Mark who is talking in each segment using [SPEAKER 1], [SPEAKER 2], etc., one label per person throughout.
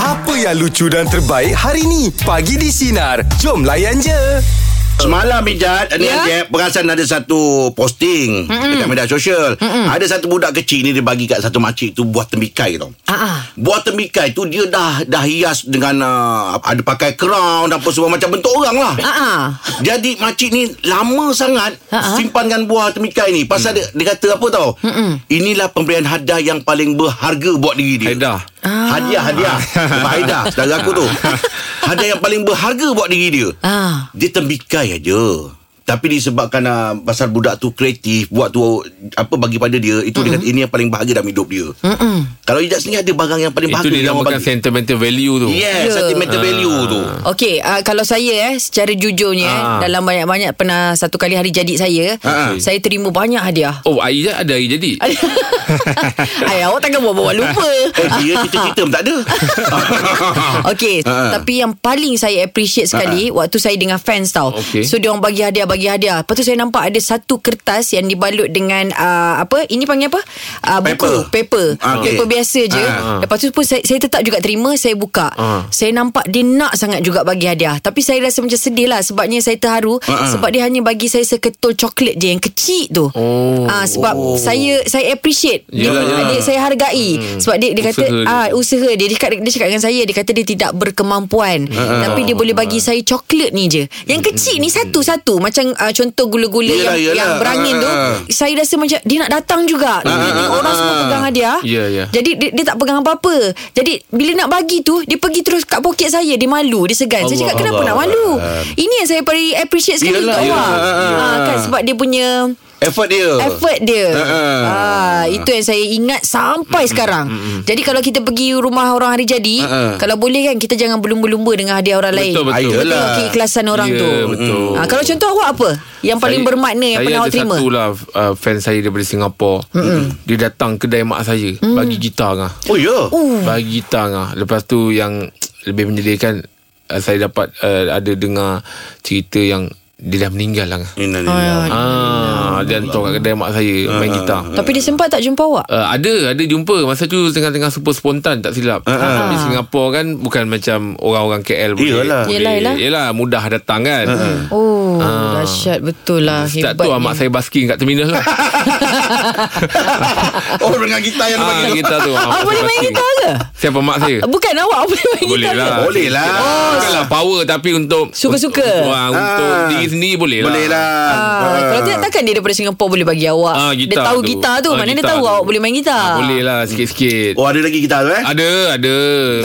[SPEAKER 1] Apa yang lucu dan terbaik hari ni? Pagi di Sinar. Jom layan je.
[SPEAKER 2] Semalam Mijat Ni
[SPEAKER 3] Ya?
[SPEAKER 2] yeah. Perasan ada satu posting Mm-mm. Dekat media sosial Mm-mm. Ada satu budak kecil ni Dia bagi kat satu makcik tu Buah tembikai tau
[SPEAKER 3] Ah, ah.
[SPEAKER 2] Buah tembikai tu Dia dah dah hias dengan uh, Ada pakai crown Apa semua Macam bentuk orang lah
[SPEAKER 3] Ah, ah.
[SPEAKER 2] Jadi makcik ni lama sangat
[SPEAKER 3] Ha-ha.
[SPEAKER 2] simpankan buah temikai ni. Pasal dia, dia kata apa tau? Mm. Mm-mm. Inilah pemberian hadiah yang paling berharga buat diri dia.
[SPEAKER 4] Hadiah.
[SPEAKER 2] Ah. Hadiah, hadiah. Sebab hadiah, saudara aku tu. hadiah yang paling berharga buat diri dia.
[SPEAKER 3] Ah.
[SPEAKER 2] Dia tembikai aja. Tapi disebabkan uh, pasal budak tu kreatif, buat tu apa bagi pada dia, itu mm-hmm. dia kata ini yang paling bahagia dalam hidup dia.
[SPEAKER 3] Mm-mm.
[SPEAKER 2] Kalau Ijaz ni ada barang yang
[SPEAKER 4] Itu
[SPEAKER 2] paling bahagia yang
[SPEAKER 4] dinamakan
[SPEAKER 2] orang bagi.
[SPEAKER 4] sentimental value tu.
[SPEAKER 3] Ya.
[SPEAKER 2] Yes, sentimental value tu.
[SPEAKER 3] Okey, uh, kalau saya eh secara jujurnya eh
[SPEAKER 4] Ah.
[SPEAKER 3] dalam banyak-banyak pernah satu kali hari jadi saya,
[SPEAKER 2] Ah, ah.
[SPEAKER 3] saya terima banyak hadiah.
[SPEAKER 4] Oh, air je- ada air jadi.
[SPEAKER 3] Ay, awak takkan buat-buat lupa.
[SPEAKER 2] Eh, dia cerita-cerita pun tak ada.
[SPEAKER 3] Okey,
[SPEAKER 2] Ah, ah.
[SPEAKER 3] tapi yang paling saya appreciate
[SPEAKER 2] Ha.
[SPEAKER 3] sekali waktu saya dengan fans tau.
[SPEAKER 4] Okey.
[SPEAKER 3] So dia orang bagi hadiah bagi hadiah. Lepas tu saya nampak ada satu kertas yang dibalut dengan uh, apa? Ini panggil apa? Uh, buku,
[SPEAKER 2] Paper.
[SPEAKER 3] paper.
[SPEAKER 2] Ah, okey.
[SPEAKER 3] Paper biasa je.
[SPEAKER 2] Ah.
[SPEAKER 3] Lepas tu pun saya, saya tetap juga terima, saya buka.
[SPEAKER 4] Ah.
[SPEAKER 3] Saya nampak dia nak sangat juga bagi hadiah. Tapi saya rasa macam sedih lah sebabnya saya terharu
[SPEAKER 2] Ah, ah.
[SPEAKER 3] sebab dia hanya bagi saya seketul coklat je yang kecil tu.
[SPEAKER 4] Oh.
[SPEAKER 3] Ah, sebab saya saya appreciate. Dia,
[SPEAKER 4] Yalah, yalah.
[SPEAKER 3] dia- saya hargai
[SPEAKER 2] Hmm.
[SPEAKER 3] sebab dia dia kata
[SPEAKER 4] Usaha dia.
[SPEAKER 3] ah usaha dia dia cakap, dia cakap dengan saya dia kata dia tidak berkemampuan tapi dia boleh bagi saya coklat ni je yang kecil ni satu-satu macam uh, contoh gula-gula
[SPEAKER 2] Yelah,
[SPEAKER 3] yang
[SPEAKER 2] yelah.
[SPEAKER 3] yang berangin tu
[SPEAKER 2] Ah.
[SPEAKER 3] saya rasa macam dia nak datang juga dia tengok orang semua pegang hadiah
[SPEAKER 4] Ya, ya.
[SPEAKER 3] jadi dia, dia tak pegang apa-apa jadi bila nak bagi tu dia pergi terus kat poket saya dia malu dia segan saya
[SPEAKER 4] Allah,
[SPEAKER 3] cakap kenapa
[SPEAKER 4] Allah.
[SPEAKER 3] nak malu ini yang saya paling appreciate sekali
[SPEAKER 2] Yelah,
[SPEAKER 3] untuk
[SPEAKER 2] yelah.
[SPEAKER 3] awak
[SPEAKER 2] Ah, ah.
[SPEAKER 3] Ah, kan sebab dia punya
[SPEAKER 2] Effort dia.
[SPEAKER 3] effort dia.
[SPEAKER 2] Uh-uh.
[SPEAKER 3] Ah, itu yang saya ingat sampai sekarang. Jadi kalau kita pergi rumah orang hari jadi,
[SPEAKER 2] Uh-uh.
[SPEAKER 3] kalau boleh kan kita jangan berlumba-lumba dengan hadiah orang lain.
[SPEAKER 4] Betul, betul.
[SPEAKER 2] Ayolah.
[SPEAKER 3] Tengok keikhlasan orang
[SPEAKER 4] Ya,
[SPEAKER 3] tu.
[SPEAKER 4] betul.
[SPEAKER 3] Ah, kalau contoh awak apa? Yang paling
[SPEAKER 4] Saya-
[SPEAKER 3] bermakna yang pernah awak terima?
[SPEAKER 4] Saya ada satu lah uh, fan saya daripada Singapura. Mm-mm. Dia datang kedai mak saya mm. bagi gitar ngah.
[SPEAKER 2] Oh ya. Yeah.
[SPEAKER 3] Uh,
[SPEAKER 4] Bagi gitar ngah. Lepas tu yang lebih menyedihkan uh, saya dapat uh, ada dengar cerita yang dia dah meninggal lah ngah.
[SPEAKER 2] Innalillah.
[SPEAKER 4] Ah, dia hantar kat kedai mak saya main gitar.
[SPEAKER 3] tapi dia sempat tak jumpa awak?
[SPEAKER 4] Uh, ada ada jumpa masa tu tengah-tengah super spontan tak silap. Uh,
[SPEAKER 2] Ah,
[SPEAKER 4] uh. Tapi Singapura kan bukan macam orang-orang KL boleh.
[SPEAKER 2] Iyalah. Ah,
[SPEAKER 4] boleh-
[SPEAKER 3] Yelah, yelah.
[SPEAKER 4] Yelah mudah datang kan. Uh.
[SPEAKER 3] Oh, dahsyat betul lah
[SPEAKER 4] Tak tu amak saya basking kat terminal lah.
[SPEAKER 2] Oh dengan gitar yang
[SPEAKER 4] ah,
[SPEAKER 2] bagi.
[SPEAKER 4] kita tu.
[SPEAKER 3] Awak boleh main gitar ke?
[SPEAKER 4] Siapa mak saya?
[SPEAKER 3] Bukan awak boleh main
[SPEAKER 4] Ya. Boleh
[SPEAKER 3] gitar ke?
[SPEAKER 4] lah.
[SPEAKER 2] Boleh lah.
[SPEAKER 4] Oh, Bukanlah power tapi untuk
[SPEAKER 3] Suka-suka.
[SPEAKER 4] Untuk, ah, untuk
[SPEAKER 2] Ah.
[SPEAKER 4] diri sendiri boleh lah.
[SPEAKER 2] Boleh lah.
[SPEAKER 3] Ah, kalau tidak takkan dia daripada Singapura boleh bagi awak.
[SPEAKER 4] Ah,
[SPEAKER 3] dia
[SPEAKER 4] gitar
[SPEAKER 3] tahu
[SPEAKER 4] tu.
[SPEAKER 3] gitar tu.
[SPEAKER 4] Ah,
[SPEAKER 3] mana dia
[SPEAKER 4] gitar
[SPEAKER 3] tahu
[SPEAKER 4] tu.
[SPEAKER 3] awak boleh main gitar?
[SPEAKER 4] Ah, boleh lah sikit-sikit.
[SPEAKER 2] Oh ada lagi gitar tu eh?
[SPEAKER 4] Ada, ada.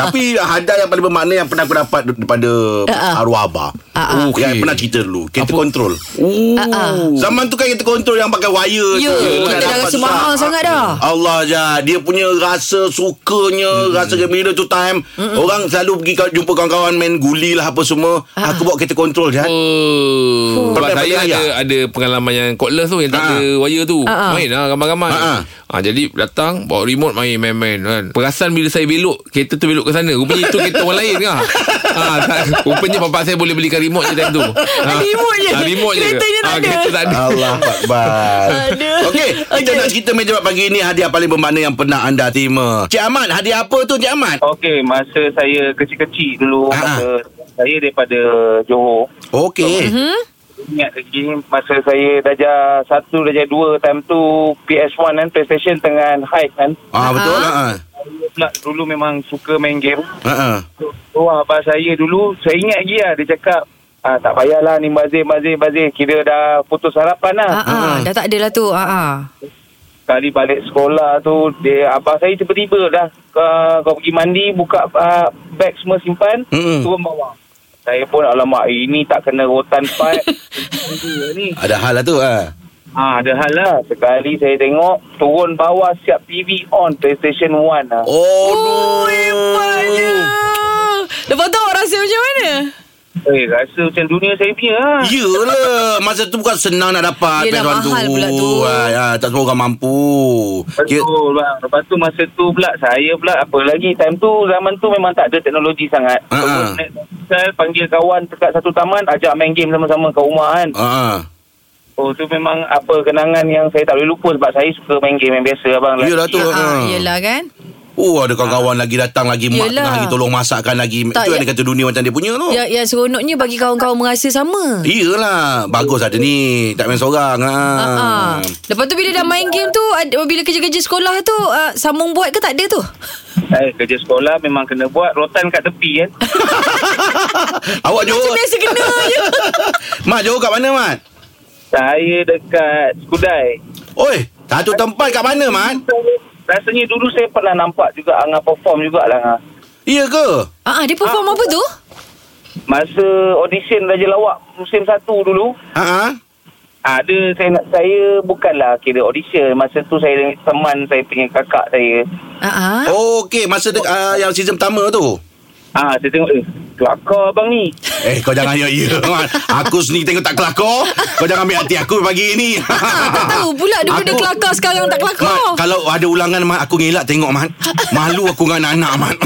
[SPEAKER 2] Tapi hadiah yang paling bermakna yang pernah aku dapat daripada
[SPEAKER 3] Ah, ah.
[SPEAKER 2] arwah abah.
[SPEAKER 4] ah.
[SPEAKER 2] Yang
[SPEAKER 4] Okey.
[SPEAKER 2] pernah cerita dulu. Kereta kontrol.
[SPEAKER 3] Ah, ah.
[SPEAKER 2] Zaman tu kan kereta kontrol yang pakai wire
[SPEAKER 3] Ya,
[SPEAKER 2] tu.
[SPEAKER 3] kita dah rasa mahal sangat dah.
[SPEAKER 2] Allah je Dia punya rasa sukanya Rasa gembira tu time Orang selalu pergi kau- jumpa kawan-kawan Main guli lah apa semua
[SPEAKER 3] Ah.
[SPEAKER 2] Aku bawa kereta kontrol je
[SPEAKER 4] Oh, sebab
[SPEAKER 2] Pakai
[SPEAKER 4] saya
[SPEAKER 2] pakai
[SPEAKER 4] ada
[SPEAKER 2] ayah.
[SPEAKER 4] ada pengalaman yang cordless tu yang tak
[SPEAKER 5] Ah.
[SPEAKER 2] Ha.
[SPEAKER 4] ada wire tu.
[SPEAKER 3] Ha, ha.
[SPEAKER 4] Main lah ramai-ramai.
[SPEAKER 2] Ha, ha.
[SPEAKER 4] Ha, jadi datang bawa remote main main-main kan. Perasan bila saya belok kereta tu belok ke sana. Rupanya itu kereta orang lain kan. Ha, tak- rupanya bapak saya boleh belikan remote je time tu. Ha,
[SPEAKER 3] Ah, Remote je.
[SPEAKER 4] Ha, remote je.
[SPEAKER 3] Keretanya tak
[SPEAKER 4] Ah,
[SPEAKER 3] ada.
[SPEAKER 4] Kereta tak ada.
[SPEAKER 2] Allah Akbar
[SPEAKER 3] Aduh.
[SPEAKER 2] Okey Kita
[SPEAKER 3] Okey.
[SPEAKER 2] nak cerita meja bulat pagi ni Hadiah paling bermakna yang pernah anda terima Cik Ahmad Hadiah apa tu Cik Ahmad?
[SPEAKER 6] Okey, masa saya kecil-kecil dulu,
[SPEAKER 2] Ha.
[SPEAKER 6] masa saya daripada Johor.
[SPEAKER 2] Okey
[SPEAKER 3] Mhm.
[SPEAKER 6] Ingat lagi masa saya darjah satu, darjah dua time tu PS1 kan, PlayStation tengah high kan.
[SPEAKER 2] Ah betul
[SPEAKER 3] Ah.
[SPEAKER 2] ha ah.
[SPEAKER 6] Saya pula dulu memang suka main game.
[SPEAKER 2] Ha ah.
[SPEAKER 6] So abah saya dulu, saya ingat lagi lah dia cakap, ah, tak payahlah ni bazir, bazir, bazir. Kira dah putus harapan lah.
[SPEAKER 3] Ah, ah, dah tak ada lah tu. Ah, ah.
[SPEAKER 6] Kali balik sekolah tu, dia abah saya tiba-tiba dah uh, kau pergi mandi, buka uh, beg semua simpan,
[SPEAKER 2] Mm-mm.
[SPEAKER 6] turun bawah. Saya pun alamak ini tak kena rotan pipe. ni.
[SPEAKER 2] Ada hal lah tu ah.
[SPEAKER 6] Ah, ada hal lah. Sekali saya tengok turun bawah siap TV on PlayStation 1 lah. Oh.
[SPEAKER 2] Oh
[SPEAKER 3] Oh, hebatnya.
[SPEAKER 2] no.
[SPEAKER 3] Lepas tu awak rasa macam mana?
[SPEAKER 6] Eh, rasa macam dunia saya punya lah.
[SPEAKER 2] Yelah Masa tu bukan senang nak dapat
[SPEAKER 3] Yelah,
[SPEAKER 2] PS1
[SPEAKER 3] mahal pula tu.
[SPEAKER 2] ah, ah, Tak semua orang mampu Kira-
[SPEAKER 6] Betul bang. Lepas tu masa tu pula Saya pula apa lagi Time tu zaman tu memang tak ada teknologi sangat
[SPEAKER 2] Ha, ha.
[SPEAKER 6] uh-huh. Saya panggil kawan dekat satu taman Ajak main game sama-sama kat rumah kan
[SPEAKER 2] Ah, ah.
[SPEAKER 6] Oh tu memang apa kenangan yang saya tak boleh lupa Sebab saya suka main game yang biasa abang lah.
[SPEAKER 2] Yelah tu
[SPEAKER 3] Ah, ah,
[SPEAKER 2] ah.
[SPEAKER 3] yelah kan?
[SPEAKER 2] Oh ada kawan-kawan lagi datang lagi
[SPEAKER 3] Yelah.
[SPEAKER 2] Mak tengah lagi tolong masakkan lagi
[SPEAKER 3] Tak,
[SPEAKER 2] Itu yang
[SPEAKER 3] ya-
[SPEAKER 2] dia kata dunia macam dia punya tu
[SPEAKER 3] Ya, yang seronoknya bagi kawan-kawan merasa sama.
[SPEAKER 2] Iyalah Bagus ada ni Tak main seorang ha.
[SPEAKER 3] Ah. Lepas tu bila dah main game tu ada- Bila kerja-kerja sekolah tu uh, Sambung buat ke tak ada tu
[SPEAKER 6] Eh, kerja sekolah memang kena buat rotan kat tepi kan.
[SPEAKER 2] Awak
[SPEAKER 3] Macam
[SPEAKER 2] Johor
[SPEAKER 3] biasa kena je
[SPEAKER 2] Mat Johor kat mana Mat?
[SPEAKER 6] Saya dekat Skudai.
[SPEAKER 2] Oi Satu tempat kat mana Mat?
[SPEAKER 6] Rasanya dulu saya pernah nampak juga Angah perform jugalah Angah.
[SPEAKER 2] Iya ke?
[SPEAKER 3] Ah, ah, Dia perform apa tu?
[SPEAKER 6] Masa audition Raja Lawak musim satu dulu,
[SPEAKER 2] Ha
[SPEAKER 6] ada saya nak saya bukanlah kira audition. Masa tu saya teman saya punya kakak saya.
[SPEAKER 3] Ah, ah.
[SPEAKER 2] Oh okey masa dek, uh, yang season pertama tu.
[SPEAKER 6] Ah, saya tengok eh, kelakar abang ni.
[SPEAKER 2] Eh kau jangan ya ya Mat. Aku sendiri tengok tak kelakar. Kau jangan ambil hati aku pagi ni.
[SPEAKER 3] Ah, tak tahu pula dia benda
[SPEAKER 2] Aku-
[SPEAKER 3] kelakar sekarang tak
[SPEAKER 2] Mat,
[SPEAKER 3] kelakar.
[SPEAKER 2] kalau ada ulangan Mat Aku ngelak tengok Mat Malu aku dengan anak-anak Mat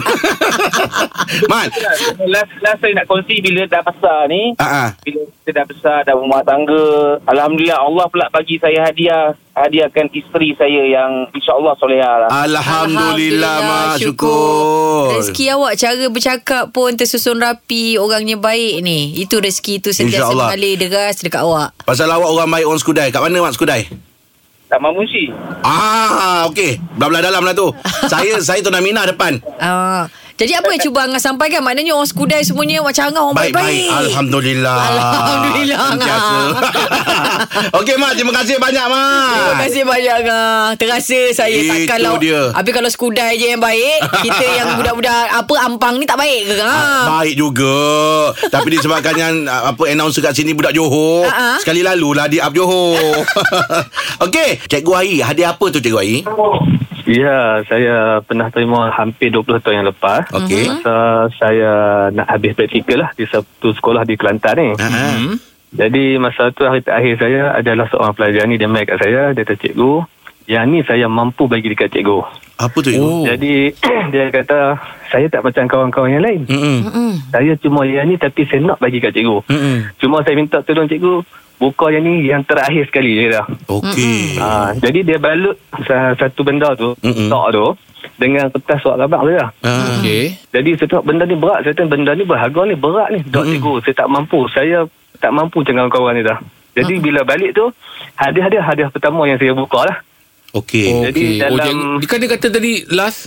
[SPEAKER 2] Mat
[SPEAKER 6] Last, last saya nak kongsi bila dah besar ni.
[SPEAKER 2] Ah, ah.
[SPEAKER 6] Bila kita dah besar, dah berumah tangga. Alhamdulillah Allah pula bagi saya hadiah. Hadiahkan isteri saya yang insyaAllah soleha lah.
[SPEAKER 4] Ah.
[SPEAKER 2] Alhamdulillah Mat Syukur
[SPEAKER 3] Rezeki awak cara bercakap pun tersusun rapi, orangnya baik ni. Itu rezeki tu sentiasa
[SPEAKER 2] InsyaAllah.
[SPEAKER 3] mengalir deras dekat awak.
[SPEAKER 2] Pasal awak orang baik orang Skudai Kat mana Mat Skudai?
[SPEAKER 6] Taman Munshi.
[SPEAKER 2] Ah, okey. Belah-belah dalam lah tu. saya saya tu Namina depan.
[SPEAKER 3] Ah. Jadi apa yang cuba Angah sampaikan? Maknanya orang sekudai semuanya macam Angah orang
[SPEAKER 2] Baik-baik.
[SPEAKER 3] Oh, baik-baik.
[SPEAKER 2] Alhamdulillah.
[SPEAKER 3] Alhamdulillah,
[SPEAKER 2] Sentiasa.
[SPEAKER 3] Angah.
[SPEAKER 2] okey, Mat. Terima kasih banyak, Mat.
[SPEAKER 3] Terima kasih banyak Angah. Terasa saya
[SPEAKER 2] Itu
[SPEAKER 3] takkanlah.
[SPEAKER 2] dia.
[SPEAKER 3] Habis kalau sekudai je yang baik, kita yang budak-budak apa ampang ni tak baik ke? Ha. Angah?
[SPEAKER 2] Baik juga Tapi disebabkan yang ah, Apa announcer kat sini Budak Johor
[SPEAKER 3] Ah, ah.
[SPEAKER 2] Sekali lalu lah Di up Johor Okey Cikgu Ahi Hadiah apa tu Cikgu Ahi?
[SPEAKER 5] Ya, saya pernah terima hampir 20 tahun yang lepas.
[SPEAKER 2] Okey.
[SPEAKER 5] Masa saya nak habis praktikal lah di satu sekolah di Kelantan ni.
[SPEAKER 2] Ah, ah.
[SPEAKER 5] Jadi masa tu hari terakhir saya adalah seorang pelajar ni dia mail kat saya, dia kata cikgu, yang ni saya mampu bagi dekat cikgu.
[SPEAKER 2] Apa tu Cikgu?
[SPEAKER 4] Oh.
[SPEAKER 5] Jadi dia kata saya tak macam kawan-kawan yang lain.
[SPEAKER 2] Mm-mm.
[SPEAKER 5] Saya cuma yang ni tapi saya nak bagi kat cikgu.
[SPEAKER 2] Mm-mm.
[SPEAKER 5] Cuma saya minta tolong cikgu buka yang ni yang terakhir sekali dia dah.
[SPEAKER 2] Okey Ah.
[SPEAKER 5] Ha, jadi dia balut sa- satu benda tu,
[SPEAKER 2] Mm-mm.
[SPEAKER 5] tok tu dengan kertas surat khabar dia.
[SPEAKER 2] Ah.
[SPEAKER 4] Okey.
[SPEAKER 5] Jadi saya tengok benda ni berat, saya tengok benda ni berharga ni berat ni. Dok cikgu, saya tak mampu. Saya tak mampu dengan kawan ni dah. Jadi bila balik tu, hadiah-hadiah hadiah pertama yang saya buka lah.
[SPEAKER 2] Okey
[SPEAKER 4] Okey.
[SPEAKER 5] Jadi
[SPEAKER 4] oh,
[SPEAKER 5] dalam-
[SPEAKER 4] jangan, dia kan dia kata tadi last.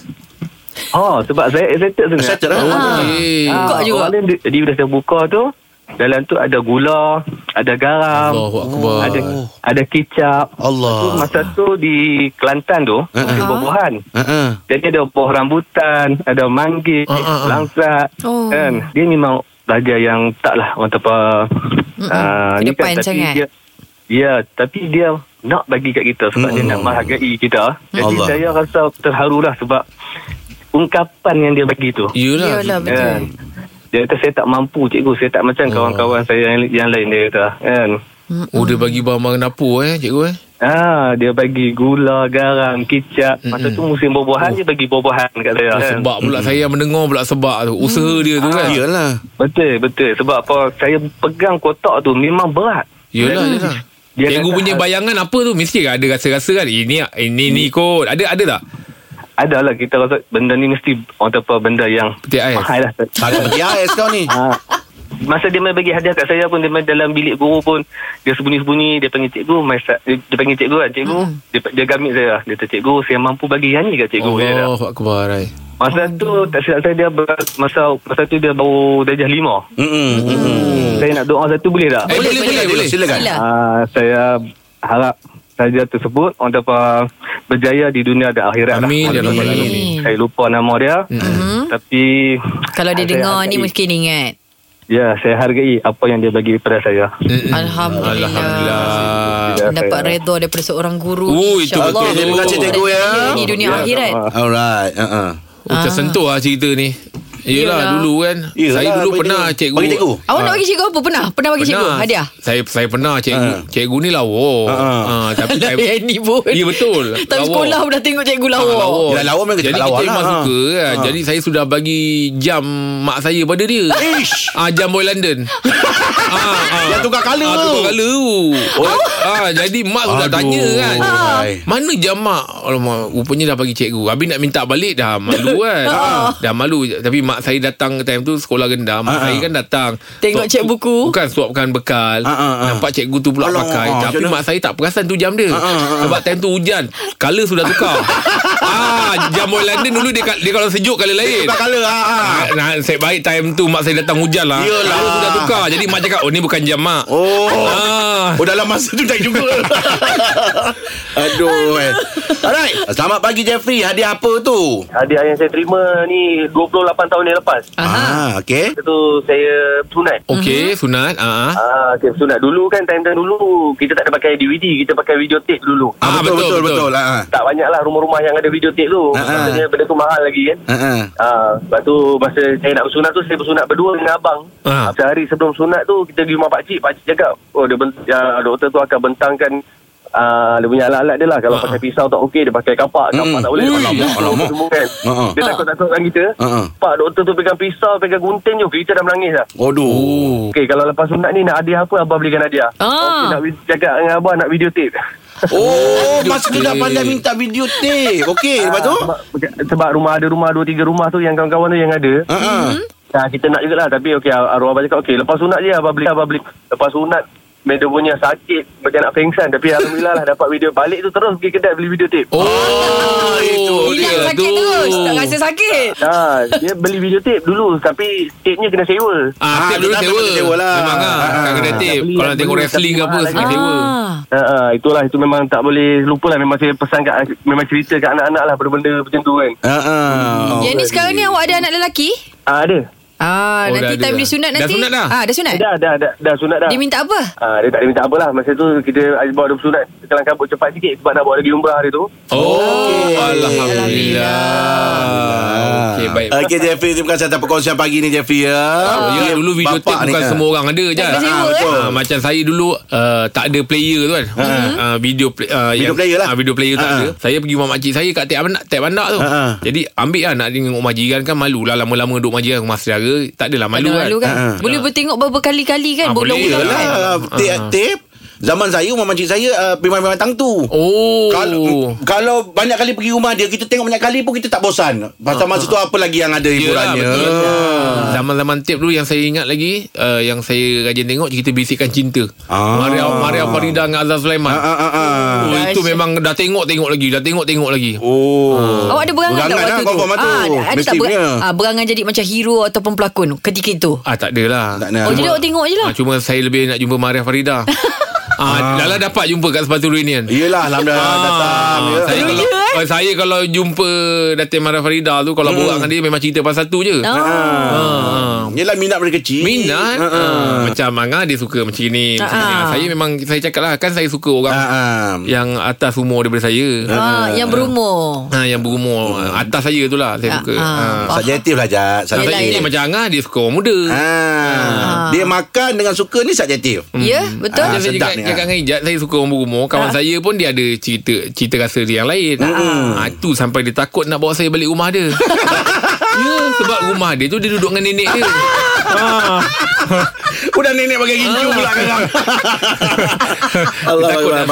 [SPEAKER 4] Oh,
[SPEAKER 5] Oh, sebab saya excited sebenarnya.
[SPEAKER 2] Settle
[SPEAKER 3] Ah.
[SPEAKER 2] lah
[SPEAKER 4] Okey.
[SPEAKER 3] Buka juga.
[SPEAKER 5] Orang lain, dia- jadi bila saya buka tu, dalam tu ada gula, ada garam,
[SPEAKER 4] Allahu akbar.
[SPEAKER 5] ada ada kicap.
[SPEAKER 2] Ah. Allah.
[SPEAKER 5] Tu, masa tu di Kelantan tu,
[SPEAKER 3] Ha.
[SPEAKER 5] uh-huh. buah-buahan.
[SPEAKER 2] Ah, ah.
[SPEAKER 5] Jadi ada buah rambutan, ada manggis,
[SPEAKER 4] Ah, ah, ah.
[SPEAKER 5] langsat.
[SPEAKER 3] Oh.
[SPEAKER 5] Kan? Dia memang raja yang taklah orang tak apa. ah, ni
[SPEAKER 3] Ke depan sangat.
[SPEAKER 5] Dia, ya, tapi dia nak bagi kat kita sebab dia nak menghargai kita. Jadi
[SPEAKER 2] Allah.
[SPEAKER 5] saya rasa terharulah sebab ungkapan yang dia bagi tu.
[SPEAKER 2] Eh,
[SPEAKER 4] Yelah.
[SPEAKER 3] Yalah Ya, betul.
[SPEAKER 5] Kan? Dia kata saya tak mampu cikgu, saya tak macam kawan-kawan saya yang, yang lain dia kata. Kan?
[SPEAKER 4] Oh dia bagi barang-barang dapur eh cikgu eh.
[SPEAKER 5] Ah, dia bagi gula, garam, kicap. Masa tu musim buah-buahan dia bagi buah-buahan kat saya.
[SPEAKER 4] Oh,
[SPEAKER 5] kan?
[SPEAKER 4] sebab pula saya yang mendengar pula sebab tu. Usaha dia tu kan.
[SPEAKER 2] Iyalah
[SPEAKER 5] Betul, betul. Sebab apa saya pegang kotak tu memang berat.
[SPEAKER 4] Yelah, yelah.
[SPEAKER 5] Dia
[SPEAKER 4] Cikgu
[SPEAKER 5] kata-
[SPEAKER 4] punya bayangan apa tu? Mesti ada rasa-rasa kan. Ini ini ni kot. Ada ada tak?
[SPEAKER 5] Adalah kita rasa benda ni mesti orang kata apa benda yang
[SPEAKER 4] Petik ais.
[SPEAKER 5] mahal lah.
[SPEAKER 2] Agak peti ais kau ni
[SPEAKER 5] ha. Masa dia main bagi hadiah kat saya pun dia main dalam bilik guru pun dia sembunyi-sembunyi dia panggil cikgu my, sa- dia, dia panggil cikgu kan cikgu dia, dia gamit saya lah. dia kata cikgu saya mampu bagi yang ni kat
[SPEAKER 4] Oh.
[SPEAKER 5] cikgu dia kata.
[SPEAKER 4] Allahu akbar. Eh, ai.
[SPEAKER 5] masa tu tak silap saya dia ber, masa masa tu dia baru darjah lima
[SPEAKER 2] Mm-mm. Mm-mm.
[SPEAKER 5] saya nak doa satu boleh tak
[SPEAKER 4] Eh, boleh, boleh, boleh.
[SPEAKER 2] Silakan
[SPEAKER 3] Sila.
[SPEAKER 5] Ah, saya harap saja tersebut orang apa berjaya di dunia dan akhirat lah.
[SPEAKER 4] Amin, ya
[SPEAKER 5] Orang
[SPEAKER 4] Rabbal
[SPEAKER 5] apa-
[SPEAKER 4] Alamin.
[SPEAKER 5] Saya lupa nama dia. Tapi
[SPEAKER 3] Mm-hmm.
[SPEAKER 2] Ah.
[SPEAKER 3] Kalau dia
[SPEAKER 5] saya
[SPEAKER 3] dengar
[SPEAKER 5] hargai.
[SPEAKER 3] ni mungkin ingat.
[SPEAKER 5] Ya, saya hargai apa yang dia bagi kepada saya.
[SPEAKER 4] Mm-mm.
[SPEAKER 3] Alhamdulillah.
[SPEAKER 4] Alhamdulillah.
[SPEAKER 5] Ya,
[SPEAKER 3] Dapat
[SPEAKER 5] saya-
[SPEAKER 3] redha daripada seorang guru.
[SPEAKER 4] Oh, itu
[SPEAKER 3] InsyaAllah.
[SPEAKER 4] betul. Terima
[SPEAKER 7] Ah.
[SPEAKER 2] kasih, cikgu, ya.
[SPEAKER 3] Ini dunia
[SPEAKER 5] Ya,
[SPEAKER 3] akhirat.
[SPEAKER 5] sama.
[SPEAKER 2] Alright uh-uh.
[SPEAKER 4] Oh, tersentuh lah cerita ni. Yelah,
[SPEAKER 3] Ah. Yelah.
[SPEAKER 4] dulu kan
[SPEAKER 2] Yelah,
[SPEAKER 4] Yelah, Saya dulu
[SPEAKER 2] bagi
[SPEAKER 4] pernah
[SPEAKER 2] cikgu.
[SPEAKER 4] cikgu
[SPEAKER 2] Bagi cikgu?
[SPEAKER 3] Awak
[SPEAKER 7] Ah.
[SPEAKER 3] nak bagi cikgu apa? Pernah? Pernah bagi cikgu hadiah?
[SPEAKER 4] Saya saya pernah cikgu.
[SPEAKER 2] Ah.
[SPEAKER 4] Cikgu ni lawa.
[SPEAKER 2] Ah, ah.
[SPEAKER 4] Ah, tapi
[SPEAKER 3] Alah,
[SPEAKER 4] saya
[SPEAKER 3] yang ni pun.
[SPEAKER 4] Ya betul.
[SPEAKER 3] Tapi
[SPEAKER 4] Lawa.
[SPEAKER 3] sekolah pun dah tengok cikgu lawa.
[SPEAKER 4] Ah, lawa.
[SPEAKER 2] Yelah, lawa memang
[SPEAKER 4] Jadi
[SPEAKER 2] cakap
[SPEAKER 4] kita
[SPEAKER 2] lawa lah,
[SPEAKER 4] memang
[SPEAKER 2] ha.
[SPEAKER 4] suka kan. Jadi saya sudah bagi jam mak saya pada dia.
[SPEAKER 2] Ish.
[SPEAKER 4] Ah jam boy London. ah, ah.
[SPEAKER 2] Yang tukar colour
[SPEAKER 4] Ah,
[SPEAKER 2] tu.
[SPEAKER 4] tukar colour. Oh. Ah, jadi mak sudah
[SPEAKER 2] Aduh.
[SPEAKER 4] tanya kan.
[SPEAKER 2] Hai.
[SPEAKER 4] Mana jam mak? Alamak, rupanya dah bagi cikgu. Habis nak minta balik dah malu kan. Dah malu. Tapi mak saya datang time tu sekolah rendah. Mak
[SPEAKER 2] Oh. Ah, ah.
[SPEAKER 4] saya kan datang.
[SPEAKER 3] Tengok
[SPEAKER 4] Suap-
[SPEAKER 3] cek buku.
[SPEAKER 4] Bukan suapkan bekal.
[SPEAKER 2] Ah, ah, ah.
[SPEAKER 4] Nampak cikgu tu pula
[SPEAKER 2] Alamak,
[SPEAKER 4] pakai.
[SPEAKER 2] macam
[SPEAKER 4] Tapi
[SPEAKER 2] mana?
[SPEAKER 4] mak saya tak perasan tu jam dia. Sebab time tu hujan. Colour sudah tukar. ah, jam boy London dulu dia, dia kalau sejuk colour lain.
[SPEAKER 2] Tukar colour ha, ha.
[SPEAKER 4] Ah, nah, saya baik time tu mak saya datang hujan lah.
[SPEAKER 2] Yelah.
[SPEAKER 4] Colour sudah tukar. Jadi mak cakap, oh ni bukan jam mak.
[SPEAKER 2] Oh
[SPEAKER 4] Ah.
[SPEAKER 2] Oh dalam masa tu tak juga Aduh eh. Alright Selamat pagi Jeffrey Hadiah apa tu?
[SPEAKER 7] Hadiah yang saya terima ni 28 tahun yang lepas.
[SPEAKER 3] Aha.
[SPEAKER 2] Ah, okay
[SPEAKER 7] Itu saya sunat.
[SPEAKER 3] Mhm.
[SPEAKER 4] Okey, sunat. Ah, ah.
[SPEAKER 7] Ah, okay, sunat dulu kan time-time dulu kita tak ada pakai DVD, kita pakai videotape dulu.
[SPEAKER 4] Ah,
[SPEAKER 2] betul, betul, betul, betul. Ha.
[SPEAKER 7] Tak banyak lah rumah-rumah yang ada videotape tu.
[SPEAKER 2] Ah, ah.
[SPEAKER 7] Maksudnya benda tu mahal lagi kan.
[SPEAKER 2] Ha. ha.
[SPEAKER 7] Ah, lepas tu masa saya nak bersunat tu saya bersunat berdua dengan abang.
[SPEAKER 4] Ah.
[SPEAKER 7] Sehari sebelum sunat tu kita pergi rumah pak cik, pak cik cakap, "Oh, dia bent- ah, doktor tu akan bentangkan ah, dia punya alat-alat dia lah Kalau
[SPEAKER 4] Ah.
[SPEAKER 7] pakai pisau tak okey Dia pakai kapak Kapak
[SPEAKER 2] Hmm.
[SPEAKER 7] tak boleh
[SPEAKER 4] Ui.
[SPEAKER 7] Alamak,
[SPEAKER 2] Alamak.
[SPEAKER 7] Semua kan
[SPEAKER 2] Ah.
[SPEAKER 7] Dia takut-takutkan kita
[SPEAKER 2] Ah.
[SPEAKER 7] Pak doktor tu pegang pisau Pegang gunting je Kita dah menangis dah
[SPEAKER 2] Aduh
[SPEAKER 4] Oh.
[SPEAKER 7] Okey, kalau lepas sunat ni nak hadiah apa, abang belikan hadiah.
[SPEAKER 3] Ah.
[SPEAKER 7] Okey, nak wi- cakap dengan abang nak videotape.
[SPEAKER 2] Ah. Oh Masa tu dah
[SPEAKER 4] tape.
[SPEAKER 2] pandai minta video tape
[SPEAKER 4] Ah,
[SPEAKER 2] Okay lepas tu
[SPEAKER 7] Sebab, sebab rumah ada rumah, dua tiga rumah tu yang kawan-kawan tu yang ada.
[SPEAKER 2] Ha. ha.
[SPEAKER 7] Nah, kita nak jugalah tapi okey arwah abang cakap okey lepas sunat je abang beli abang beli lepas sunat Medo punya sakit macam nak pengsan tapi alhamdulillah lah dapat video balik tu terus pergi kedai beli video tape.
[SPEAKER 4] Oh,
[SPEAKER 3] Hilang
[SPEAKER 4] itu dia
[SPEAKER 3] sakit
[SPEAKER 4] tu.
[SPEAKER 3] terus. Tak rasa sakit.
[SPEAKER 7] Ha, dia beli video tape dulu tapi tape-nya kena sewa.
[SPEAKER 4] Ah,
[SPEAKER 2] Ah,
[SPEAKER 4] tip dulu
[SPEAKER 2] tetap
[SPEAKER 4] sewa.
[SPEAKER 2] kena sewa lah.
[SPEAKER 4] Memang ah,
[SPEAKER 2] Ah.
[SPEAKER 4] kena tip.
[SPEAKER 7] Beli,
[SPEAKER 4] Kalau
[SPEAKER 7] beli,
[SPEAKER 4] tengok
[SPEAKER 7] tapi
[SPEAKER 4] wrestling ke apa,
[SPEAKER 7] mahal
[SPEAKER 4] kena
[SPEAKER 3] Ah.
[SPEAKER 7] lagi.
[SPEAKER 4] sewa. Ah.
[SPEAKER 7] Ha, ha, itulah itu memang tak boleh lupa lah memang saya pesan kat memang cerita kat anak-anak lah benda-benda macam tu kan.
[SPEAKER 2] Ha. ha.
[SPEAKER 3] Yang ni sekarang ni awak ada anak lelaki?
[SPEAKER 7] Ah ada.
[SPEAKER 3] Ah,
[SPEAKER 4] Oh,
[SPEAKER 3] nanti
[SPEAKER 4] dah ada
[SPEAKER 3] time
[SPEAKER 4] dah.
[SPEAKER 3] dia sunat
[SPEAKER 4] Dah
[SPEAKER 3] nanti.
[SPEAKER 4] sunat dah?
[SPEAKER 3] Ah, dah sunat.
[SPEAKER 7] Dah dah dah, dah sunat dah.
[SPEAKER 3] Dia minta apa?
[SPEAKER 7] Ah, dia tak ada minta apalah Masa tu kita Bawa dia bersunat Kelang kabut cepat sikit Sebab nak bawa lagi umrah hari
[SPEAKER 4] Oh,
[SPEAKER 7] tu
[SPEAKER 3] Alhamdulillah.
[SPEAKER 4] Alhamdulillah. Ah, Okey, baik.
[SPEAKER 2] Okay Ah. Jeffrey Terima kasih atas perkongsian pagi ni Jeffrey ya
[SPEAKER 4] Oh, ya,
[SPEAKER 2] Okey,
[SPEAKER 4] dulu video
[SPEAKER 2] bapak
[SPEAKER 4] tape
[SPEAKER 2] ni,
[SPEAKER 4] bukan
[SPEAKER 2] ha.
[SPEAKER 4] semua orang ada je.
[SPEAKER 3] Dah kena sewa,
[SPEAKER 4] Ah,
[SPEAKER 2] eh?
[SPEAKER 4] Ah, macam saya dulu uh, tak ada player tu kan. Ah, video play, ah,
[SPEAKER 2] Ha, Video
[SPEAKER 4] yang-
[SPEAKER 2] player lah.
[SPEAKER 4] ah, video player tak
[SPEAKER 2] Ah.
[SPEAKER 4] ada. Saya pergi rumah makcik saya kat Tek Bandak, Tek Bandak tu.
[SPEAKER 2] Ah.
[SPEAKER 4] Jadi ambil lah nak tengok rumah jiran kan malu lah lama-lama duduk rumah jiran rumah saudara. Tak adalah malu
[SPEAKER 3] Malu,
[SPEAKER 4] kan.
[SPEAKER 3] malu kan?
[SPEAKER 2] Ah, ah.
[SPEAKER 3] Boleh bertengok berkali-kali kan?
[SPEAKER 4] Ah, boleh
[SPEAKER 3] Berulang-ulang
[SPEAKER 4] lah.
[SPEAKER 3] kan?
[SPEAKER 2] Yalah, tape, tape. Zaman saya rumah makcik saya uh, memang-memang tang tu.
[SPEAKER 4] Oh.
[SPEAKER 2] Eh. Kalau, kalau banyak kali pergi rumah dia Kita tengok banyak kali pun Kita tak bosan Pasal masa tu apa lagi yang ada
[SPEAKER 4] Yelah,
[SPEAKER 2] hiburannya
[SPEAKER 4] Ya,
[SPEAKER 2] Ha.
[SPEAKER 4] betul.
[SPEAKER 2] lah.
[SPEAKER 4] Zaman-zaman tape dulu yang saya ingat lagi uh, Yang saya rajin tengok Cerita Bisikan Cinta
[SPEAKER 2] Ah.
[SPEAKER 4] Maria, Maria Farida dengan Azhar Sulaiman
[SPEAKER 2] Ah, ah, ah, ah.
[SPEAKER 4] Oh, itu memang dah tengok-tengok lagi Dah tengok-tengok lagi
[SPEAKER 2] Oh
[SPEAKER 3] Awak ada berangan, tak
[SPEAKER 2] lah,
[SPEAKER 3] waktu tu? Ah,
[SPEAKER 2] Confirm lah tu
[SPEAKER 3] ada- ada tak
[SPEAKER 2] Mesti punya
[SPEAKER 3] berangan, ah, berangan jadi macam hero ataupun pelakon ketika itu?
[SPEAKER 4] Ah tak adalah.
[SPEAKER 2] Tak ada.
[SPEAKER 3] Oh, jadi
[SPEAKER 2] Cuma-
[SPEAKER 3] awak tengok je lah.
[SPEAKER 4] Ah, cuma saya lebih nak jumpa Maria Farida. ah, dah lah dapat jumpa kat Sepatu Reunion. Ah,
[SPEAKER 2] Yelah Alhamdulillah datang ya.
[SPEAKER 4] saya
[SPEAKER 3] Oh,
[SPEAKER 4] kalau, eh? saya kalau jumpa Datin Maria Farida tu
[SPEAKER 2] Hmm.
[SPEAKER 4] kalau borak dengan dia memang cerita pasal tu je.
[SPEAKER 3] Ah.
[SPEAKER 4] Ah.
[SPEAKER 2] Yelah minat dari kecil
[SPEAKER 4] Minat
[SPEAKER 2] Ah, ah.
[SPEAKER 4] ah, Macam Angah dia suka macam ni
[SPEAKER 3] Ah,
[SPEAKER 4] macam ni.
[SPEAKER 3] ah.
[SPEAKER 4] Saya memang Saya cakap lah Kan saya suka orang
[SPEAKER 2] Ah, ah.
[SPEAKER 4] Yang atas umur daripada saya
[SPEAKER 3] Ah, yang berumur.
[SPEAKER 4] Ah, Yang berumur Atas saya tu lah
[SPEAKER 3] Ah,
[SPEAKER 4] Saya suka
[SPEAKER 3] ah.
[SPEAKER 4] Ah.
[SPEAKER 2] Subjektif lah Jad
[SPEAKER 4] Saya
[SPEAKER 3] Yelah,
[SPEAKER 4] ni
[SPEAKER 3] yelah.
[SPEAKER 4] macam Angah Dia suka orang muda
[SPEAKER 2] Ah. Dia makan dengan suka ni subjektif
[SPEAKER 4] Hmm.
[SPEAKER 3] Ya, betul?
[SPEAKER 2] Ah,
[SPEAKER 4] Macam saya
[SPEAKER 2] sedap
[SPEAKER 4] cakap,
[SPEAKER 2] ni,
[SPEAKER 4] cakap
[SPEAKER 2] ah.
[SPEAKER 4] dengan Ijat Saya suka orang berumur Kawan saya pun dia ada cerita Cerita rasa dia yang lain
[SPEAKER 2] Hmm.
[SPEAKER 4] ha, tu sampai dia takut Nak bawa saya balik rumah dia Ya sebab rumah dia tu Dia duduk dengan nenek dia
[SPEAKER 2] Udah nenek pakai gincu pula sekarang Allah
[SPEAKER 4] Takut
[SPEAKER 2] Allah
[SPEAKER 4] nak-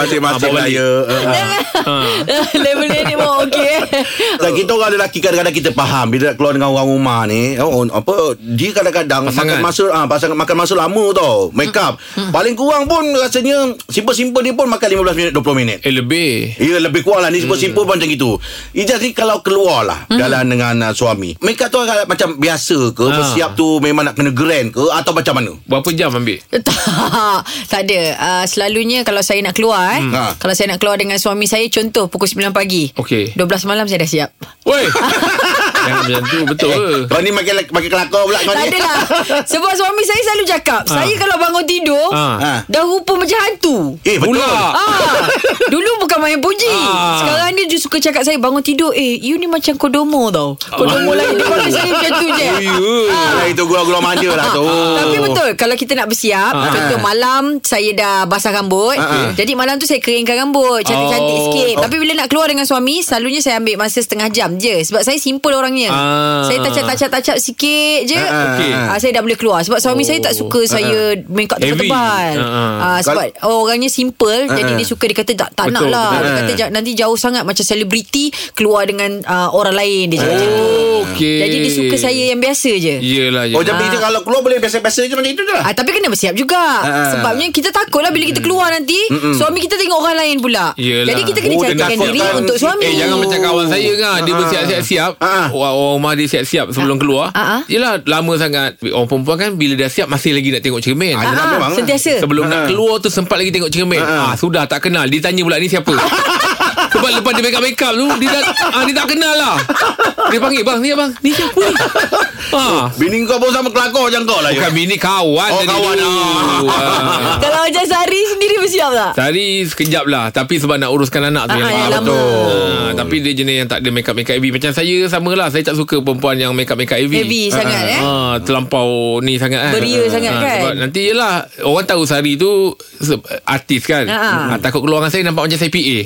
[SPEAKER 4] Ah,
[SPEAKER 2] Masing-masing
[SPEAKER 4] bawa
[SPEAKER 2] lah
[SPEAKER 4] balik.
[SPEAKER 2] ya Ah, ah.
[SPEAKER 3] Level ni memang okey. eh.
[SPEAKER 2] Dan kita orang lelaki kadang-kadang kita faham bila nak keluar dengan orang rumah ni oh, on- apa dia kadang-kadang
[SPEAKER 4] Pasangan.
[SPEAKER 2] makan masa ah pasangan makan masa lama tau make up.
[SPEAKER 3] Hmm,
[SPEAKER 2] Paling kurang pun rasanya simple-simple ni pun makan 15 minit 20 minit.
[SPEAKER 4] Eh lebih
[SPEAKER 2] Ya lebih kurang lah Ni simple-simple
[SPEAKER 4] Hmm.
[SPEAKER 2] pun macam gitu Ijaz ni kalau keluar lah
[SPEAKER 3] Hmm.
[SPEAKER 2] Jalan dengan uh, suami Make up tu agak macam biasa ke
[SPEAKER 4] Ah.
[SPEAKER 2] Bersiap tu memang nak kena grand ke Atau macam macam mana?
[SPEAKER 4] Berapa jam ambil?
[SPEAKER 3] Tak, tak ada. Uh, selalunya kalau saya nak keluar eh,
[SPEAKER 2] Ha.
[SPEAKER 3] hmm. kalau saya nak keluar dengan suami saya contoh pukul 9 pagi.
[SPEAKER 4] Okey.
[SPEAKER 3] 12 malam saya dah siap.
[SPEAKER 4] Woi. Jangan macam tu betul ke?
[SPEAKER 2] Eh, Kau ni makin makin kelakar pula kau
[SPEAKER 3] Tak
[SPEAKER 2] ni.
[SPEAKER 3] adalah. Sebab suami saya selalu cakap,
[SPEAKER 4] Ah.
[SPEAKER 3] ha. saya kalau bangun tidur, ha.
[SPEAKER 4] Ha.
[SPEAKER 2] Ha.
[SPEAKER 3] dah rupa macam hantu.
[SPEAKER 2] Eh betul.
[SPEAKER 4] Pula.
[SPEAKER 3] Ah, dulu bukan main puji.
[SPEAKER 4] Ah.
[SPEAKER 3] Sekarang dia just suka cakap saya bangun tidur, eh you ni macam kodomo tau. Kodomo lain dia panggil saya macam tu je.
[SPEAKER 2] Alah Ah, itu gurau-gurau manja lah tu.
[SPEAKER 3] Tapi betul Kalau kita nak bersiap
[SPEAKER 4] Ah.
[SPEAKER 3] Contoh malam Saya dah basah rambut
[SPEAKER 2] Ah.
[SPEAKER 3] Jadi malam tu saya keringkan rambut Cantik-cantik
[SPEAKER 4] Oh.
[SPEAKER 3] sikit Tapi bila nak keluar dengan suami Selalunya saya ambil masa setengah jam je Sebab saya simple orangnya
[SPEAKER 4] Ah.
[SPEAKER 3] Saya touch-up-touch-up sikit je
[SPEAKER 2] Ah, ah,
[SPEAKER 4] Okey.
[SPEAKER 3] ah, Saya dah boleh keluar Sebab suami
[SPEAKER 4] Oh. Ah,
[SPEAKER 3] saya tak suka Saya make up
[SPEAKER 4] Heavy.
[SPEAKER 3] tebal-tebal
[SPEAKER 4] Ah, ah.
[SPEAKER 3] Ah, Sebab orangnya simple Jadi
[SPEAKER 2] Ah, ah.
[SPEAKER 3] dia suka Dia kata tak, tak nak
[SPEAKER 4] Betul,
[SPEAKER 3] lah
[SPEAKER 4] betul. Ah.
[SPEAKER 3] Dia kata "Ja- nanti jauh sangat Macam selebriti Keluar dengan ah, orang lain Dia cakap
[SPEAKER 4] Oh.
[SPEAKER 3] macam tu
[SPEAKER 4] Okey.
[SPEAKER 3] Jadi dia suka saya yang biasa je
[SPEAKER 4] Yelah je.
[SPEAKER 2] ya? Oh jadi dia kalau keluar boleh biasa-biasa je macam itu je lah.
[SPEAKER 3] Ah, tapi kena bersiap juga
[SPEAKER 2] Ah.
[SPEAKER 3] Sebabnya kita takutlah Bila kita keluar nanti Suami kita tengok orang lain pula
[SPEAKER 4] Yelah.
[SPEAKER 3] Jadi kita kena
[SPEAKER 2] Oh, dia
[SPEAKER 3] jadikan
[SPEAKER 2] takutkan.
[SPEAKER 3] diri Untuk suami
[SPEAKER 4] Eh jangan macam kawan saya kan Dia bersiap-siap-siap
[SPEAKER 2] Ah.
[SPEAKER 4] Orang orang rumah dia siap-siap sebelum keluar
[SPEAKER 3] Ah, ah.
[SPEAKER 4] Yelah lama sangat Orang perempuan kan Bila dah siap Masih lagi nak tengok cermin
[SPEAKER 2] Ah, yelah,
[SPEAKER 3] Ah,
[SPEAKER 2] memang lah.
[SPEAKER 3] Sentiasa
[SPEAKER 4] Sebelum nak
[SPEAKER 2] Ah.
[SPEAKER 4] keluar tu Sempat lagi tengok cermin
[SPEAKER 2] Ah, ah.
[SPEAKER 4] ah, Sudah tak kenal Dia tanya pula ni siapa Sebab lepas dia make up make up tu Dia dah ah, Dia tak kenal lah Dia panggil bang ni abang Ni siapa ni ah.
[SPEAKER 2] Bini kau pun sama kelakar macam kau lah.
[SPEAKER 4] Bukan bini kawan
[SPEAKER 2] Oh,
[SPEAKER 4] tadi
[SPEAKER 2] kawan.
[SPEAKER 4] tu. Ah.
[SPEAKER 3] Kalau macam Sari sendiri bersiap tak?
[SPEAKER 4] Sehari sekejap lah Tapi sebab nak uruskan anak tu
[SPEAKER 3] Ah,
[SPEAKER 4] yang
[SPEAKER 3] ah,
[SPEAKER 4] lama.
[SPEAKER 3] yang lama.
[SPEAKER 4] Ah, Tapi dia jenis yang tak ada make up make up heavy Macam saya sama lah Saya tak suka perempuan yang make up make up heavy
[SPEAKER 3] Heavy sangat, eh?
[SPEAKER 4] ah, Terlampau ni sangat kan
[SPEAKER 3] Beria sangat, kan?
[SPEAKER 4] Sebab nanti yelah Orang tahu Sari tu se- Artis kan
[SPEAKER 3] Ah.
[SPEAKER 4] ah. Takut keluar dengan saya Nampak macam saya PA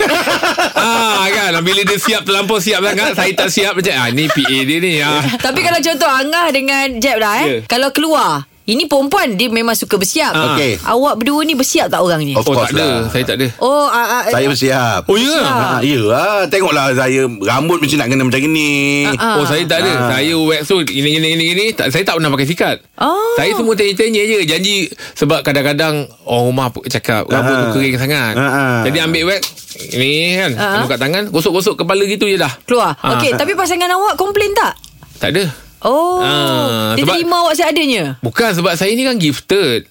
[SPEAKER 4] ah, kan Bila dia siap terlampau siap sangat Saya tak siap macam ah, Ni PA dia ni ah.
[SPEAKER 3] Tapi kalau contoh Angah dengan Jeb lah eh
[SPEAKER 4] Ya.
[SPEAKER 3] Kalau keluar Ini perempuan Dia memang suka bersiap
[SPEAKER 4] Ah.
[SPEAKER 2] Okey.
[SPEAKER 3] Awak berdua ni bersiap tak orangnya?
[SPEAKER 2] Of
[SPEAKER 4] Oh tak
[SPEAKER 2] course
[SPEAKER 4] ada
[SPEAKER 2] lah.
[SPEAKER 4] Saya tak ada
[SPEAKER 3] Oh, ah, ah,
[SPEAKER 2] Saya bersiap.
[SPEAKER 4] Oh ya yeah.
[SPEAKER 2] Ha, ya lah. Tengoklah saya rambut mesti nak kena macam ni.
[SPEAKER 3] Ah.
[SPEAKER 4] Oh saya tak ada Saya wax tu Gini gini gini gini tak, Saya tak pernah pakai sikat
[SPEAKER 3] Oh.
[SPEAKER 4] Saya semua tanya-tanya je Janji Sebab kadang-kadang Orang rumah pu- cakap Rambut tu
[SPEAKER 2] Ah.
[SPEAKER 4] kering sangat
[SPEAKER 2] Ah, ah.
[SPEAKER 4] Jadi ambil wax Ni kan
[SPEAKER 3] Ah, ah.
[SPEAKER 4] Kena kat tangan Gosok-gosok kepala gitu je dah
[SPEAKER 3] Keluar
[SPEAKER 4] Ah,
[SPEAKER 3] Okey, tapi pasangan awak komplain tak?
[SPEAKER 4] Tak ada
[SPEAKER 3] Oh
[SPEAKER 4] Ah,
[SPEAKER 3] Dia
[SPEAKER 4] sebab-
[SPEAKER 3] terima awak seadanya?
[SPEAKER 4] Bukan sebab saya ni kan gifted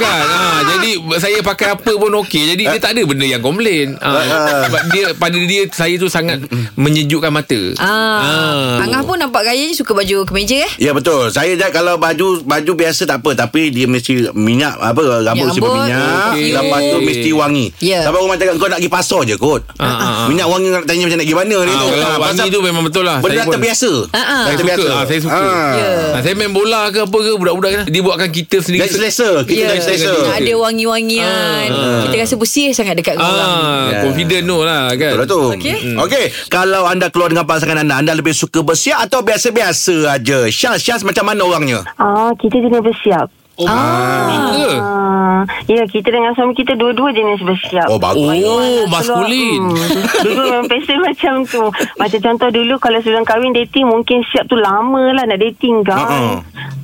[SPEAKER 4] Kan ha, Jadi saya pakai apa pun okey Jadi dia tak ada benda yang komplain ha, Sebab dia Pada dia Saya tu sangat Menyejukkan mata
[SPEAKER 3] Ah.
[SPEAKER 4] Ah.
[SPEAKER 3] Angah pun nampak gayanya suka baju kemeja eh?
[SPEAKER 2] Ya betul. Saya dah kalau baju baju biasa tak apa tapi dia mesti minyak apa rambut mesti
[SPEAKER 3] Ya, rambut.
[SPEAKER 2] berminyak.
[SPEAKER 4] Okey.
[SPEAKER 2] Okay. Lepas tu mesti wangi.
[SPEAKER 3] Ya. Ha,
[SPEAKER 2] Sampai orang cakap kau nak pergi pasar je kot.
[SPEAKER 4] ah, ah.
[SPEAKER 2] Minyak wangi nak tanya macam nak pergi mana ni
[SPEAKER 4] Ah,
[SPEAKER 2] tu.
[SPEAKER 4] kalau
[SPEAKER 2] Ah,
[SPEAKER 4] wangi
[SPEAKER 2] pasal
[SPEAKER 4] tu memang betul lah
[SPEAKER 2] Benda
[SPEAKER 4] Saya pun-
[SPEAKER 2] terbiasa.
[SPEAKER 3] Ah, ah.
[SPEAKER 4] Saya suka ah, Saya suka
[SPEAKER 2] Ah.
[SPEAKER 3] Ya.
[SPEAKER 4] ah, Saya main bola ke apa ke Budak-budak kan Dia buatkan kita sendiri
[SPEAKER 2] Dari selesa Kita
[SPEAKER 3] Ya.
[SPEAKER 2] dari selesa
[SPEAKER 3] Nak ada wangi-wangian Kita rasa bersih sangat dekat dengan orang
[SPEAKER 4] Ah,
[SPEAKER 2] Ya.
[SPEAKER 4] Confident tu lah kan
[SPEAKER 2] Betul lah tu
[SPEAKER 3] Okey.
[SPEAKER 2] Mm. Okey Kalau anda keluar dengan pasangan anda Anda lebih suka bersiap Atau biasa-biasa aja Syaz Syaz macam mana orangnya
[SPEAKER 8] Ah, kita kena bersiap.
[SPEAKER 4] Oh, ke?
[SPEAKER 8] Ah, ya, kita dengan suami kita dua-dua jenis bersiap.
[SPEAKER 2] Oh bagus
[SPEAKER 4] Oh,
[SPEAKER 8] Keluar-
[SPEAKER 4] maskulin
[SPEAKER 8] Hmm, dulu memang passion macam tu. Macam contoh dulu kalau sebelum kahwin dating mungkin siap tu lama lah nak dating kan.
[SPEAKER 2] Uh-uh.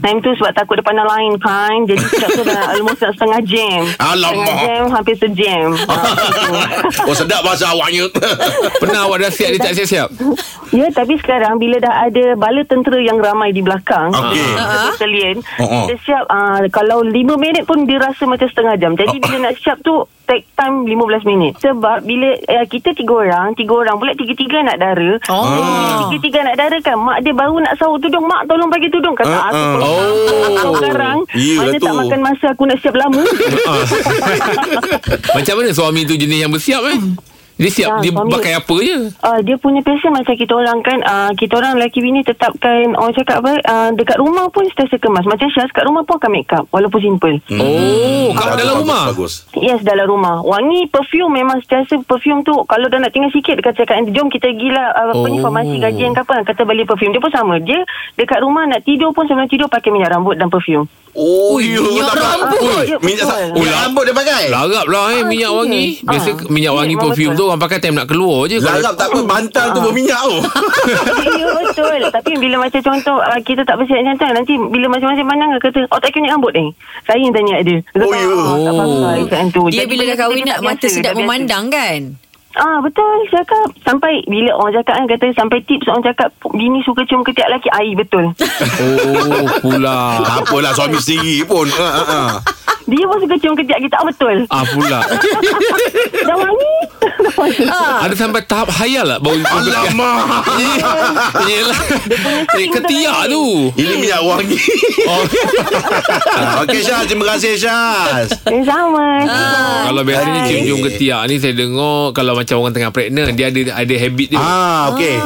[SPEAKER 8] Time tu sebab takut depan orang lain kan. Jadi siap tu dah almost nak setengah jam.
[SPEAKER 2] Alamak.
[SPEAKER 8] Setengah jam hampir sejam. Ah, macam tu.
[SPEAKER 2] Oh sedap bahasa awaknya
[SPEAKER 4] Pernah awak dah siap Dia tak siap-siap
[SPEAKER 8] Ya, tapi sekarang bila dah ada bala tentera yang ramai di belakang,
[SPEAKER 2] Okey.
[SPEAKER 8] uh-huh. sekalian,
[SPEAKER 2] Oh, oh.
[SPEAKER 8] kita siap uh, kalau 5 minit pun dia rasa macam setengah jam. Jadi
[SPEAKER 2] Uh-uh.
[SPEAKER 8] bila nak siap tu take time 15 minit. Sebab bila uh, kita tiga orang, tiga orang pula tiga-tiga nak dara.
[SPEAKER 3] Oh.
[SPEAKER 8] Jadi
[SPEAKER 2] Ah.
[SPEAKER 8] Tiga-tiga nak dara kan, mak dia baru nak sahur tudung, mak tolong bagi tudung. Kata
[SPEAKER 2] Ah,
[SPEAKER 8] aku
[SPEAKER 2] ah.
[SPEAKER 8] kalau
[SPEAKER 4] Oh.
[SPEAKER 8] oh. sekarang, mana
[SPEAKER 2] Yelah
[SPEAKER 8] tak
[SPEAKER 2] Ya lah tu.
[SPEAKER 8] makan masa aku nak siap lama.
[SPEAKER 4] Ah. Macam mana suami tu jenis yang bersiap eh Dia siap
[SPEAKER 8] Ah,
[SPEAKER 4] Dia
[SPEAKER 8] suami-
[SPEAKER 4] pakai apa je
[SPEAKER 8] Uh, dia punya passion macam kita orang kan uh, Kita orang lelaki bini tetapkan Orang cakap apa uh, Dekat rumah pun sentiasa kemas Macam Syaz kat rumah pun akan make up Walaupun simple hmm.
[SPEAKER 4] Oh Kat
[SPEAKER 2] Bagus,
[SPEAKER 4] dalam
[SPEAKER 2] bagus,
[SPEAKER 4] rumah
[SPEAKER 2] Bagus
[SPEAKER 8] Yes dalam rumah Wangi perfume memang sentiasa Perfume tu Kalau dah nak tinggal sikit Dekat cakap Jom kita gila uh, Apa ni
[SPEAKER 4] Oh.
[SPEAKER 8] formasi gajian ke apa Kata beli perfume Dia pun sama Dia dekat rumah nak tidur pun Sebelum tidur pakai minyak rambut dan perfume
[SPEAKER 2] Oh you
[SPEAKER 3] minyak
[SPEAKER 2] tak apa.
[SPEAKER 3] rambut.
[SPEAKER 2] Ui,
[SPEAKER 8] Ya,
[SPEAKER 2] Minyak
[SPEAKER 8] betul.
[SPEAKER 2] sa- oh, rambut dia pakai
[SPEAKER 4] Larap lah eh Minyak
[SPEAKER 8] Ah,
[SPEAKER 4] wangi
[SPEAKER 8] serious?
[SPEAKER 4] Biasa
[SPEAKER 8] Ah.
[SPEAKER 4] minyak wangi
[SPEAKER 8] Memang
[SPEAKER 4] perfume
[SPEAKER 8] betul.
[SPEAKER 4] tu Orang pakai time nak keluar je Kalau-
[SPEAKER 2] Larap tak apa Bantal tu berminyak tu
[SPEAKER 8] Ya betul Tapi bila macam contoh uh, Kita tak bersiap macam tu Nanti bila macam-macam pandang Kata oh tak kena rambut ni Saya yang tanya dia Dia kata,
[SPEAKER 2] Oh, ya.
[SPEAKER 8] "Ah, tak pakai macam tu.
[SPEAKER 3] Dia
[SPEAKER 8] Jadi
[SPEAKER 3] bila dah
[SPEAKER 8] benda tu
[SPEAKER 3] kahwin
[SPEAKER 8] dia
[SPEAKER 3] nak
[SPEAKER 8] tak
[SPEAKER 3] mata
[SPEAKER 8] biasa,
[SPEAKER 3] sedap
[SPEAKER 8] tak biasa.
[SPEAKER 3] memandang kan
[SPEAKER 8] Ah betul cakap sampai bila orang cakap kan kata sampai tips orang cakap bini suka cium ketiak lelaki air betul.
[SPEAKER 4] Oh pula
[SPEAKER 2] Tak apalah suami sendiri pun. Ha, ha, ha.
[SPEAKER 8] Dia pun suka cium ketiak kita ah, betul.
[SPEAKER 4] Ah pula
[SPEAKER 8] Dah wangi. Dah wangi.
[SPEAKER 4] Ada sampai tahap hayal lah Bau
[SPEAKER 2] Alamak.
[SPEAKER 4] Yelah Eh ketiak tu
[SPEAKER 2] Ini minyak wangi.
[SPEAKER 4] oh.
[SPEAKER 2] Ah, Okey Syaz, terima kasih Syaz.
[SPEAKER 8] Eh, sama. Ah.
[SPEAKER 4] Oh, Kalau biasanya cium-cium ketiak ni Saya dengar Kalau macam orang tengah pregnant Dia ada ada habit dia ah.
[SPEAKER 2] Ah, okey.